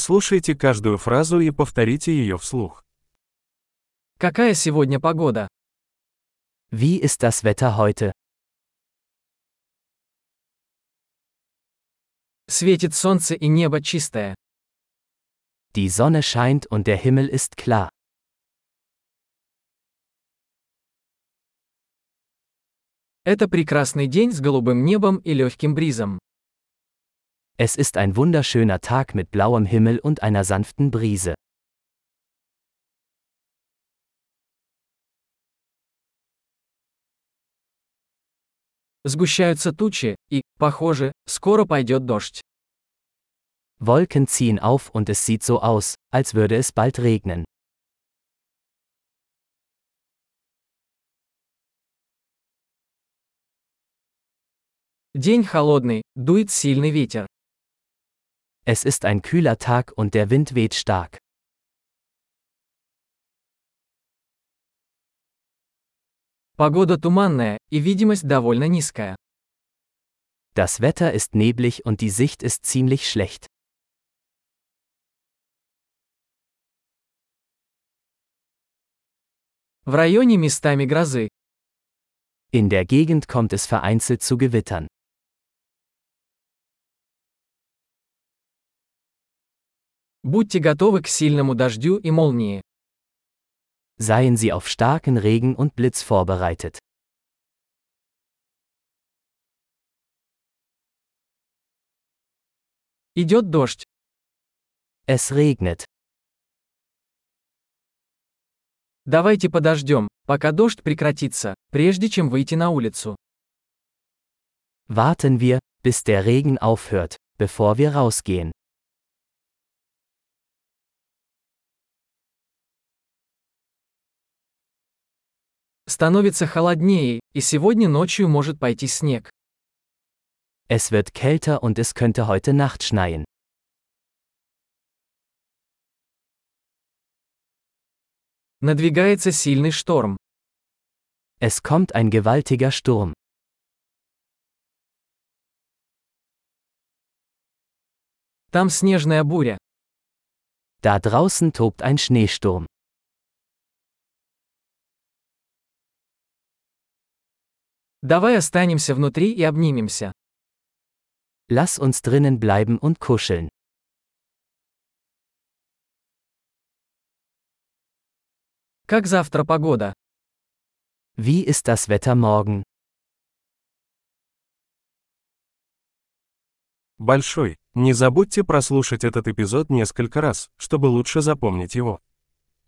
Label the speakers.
Speaker 1: Прослушайте каждую фразу и повторите ее вслух.
Speaker 2: Какая сегодня погода?
Speaker 3: Wie ist das Wetter heute?
Speaker 2: Светит солнце и небо чистое.
Speaker 3: Die Sonne scheint und der Himmel ist klar.
Speaker 2: Это прекрасный день с голубым небом и легким бризом.
Speaker 3: Es ist ein wunderschöner Tag mit blauem Himmel und einer sanften Brise.
Speaker 2: Сгущаются тучи, и, похоже, скоро пойдет дождь.
Speaker 3: Wolken ziehen auf und es sieht so aus, als würde es bald regnen.
Speaker 2: День холодный, дует сильный ветер.
Speaker 3: Es ist ein kühler Tag und der Wind weht stark.
Speaker 2: Погода туманная, и видимость довольно низкая.
Speaker 3: Das Wetter ist neblig und die Sicht ist ziemlich schlecht.
Speaker 2: В районе местами грозы.
Speaker 3: In der Gegend kommt es vereinzelt zu Gewittern.
Speaker 2: Будьте готовы к сильному дождю и молнии.
Speaker 3: Seien Sie auf starken Regen und Blitz vorbereitet.
Speaker 2: Идет дождь.
Speaker 3: Es regnet.
Speaker 2: Давайте подождем, пока дождь прекратится, прежде чем выйти на улицу.
Speaker 3: Warten wir, bis der Regen aufhört, bevor wir rausgehen.
Speaker 2: Становится холоднее, и сегодня ночью может пойти снег.
Speaker 3: Es wird kälter und es könnte heute Nacht schneien.
Speaker 2: Надвигается сильный шторм.
Speaker 3: Es kommt ein gewaltiger Sturm.
Speaker 2: Там снежная буря.
Speaker 3: Da draußen tobt ein Schneesturm.
Speaker 2: Давай останемся внутри и обнимемся.
Speaker 3: Lass uns drinnen bleiben und kuscheln.
Speaker 2: Как завтра погода?
Speaker 3: Wie ist das Wetter morgen?
Speaker 1: Большой. Не забудьте прослушать этот эпизод несколько раз, чтобы лучше запомнить его.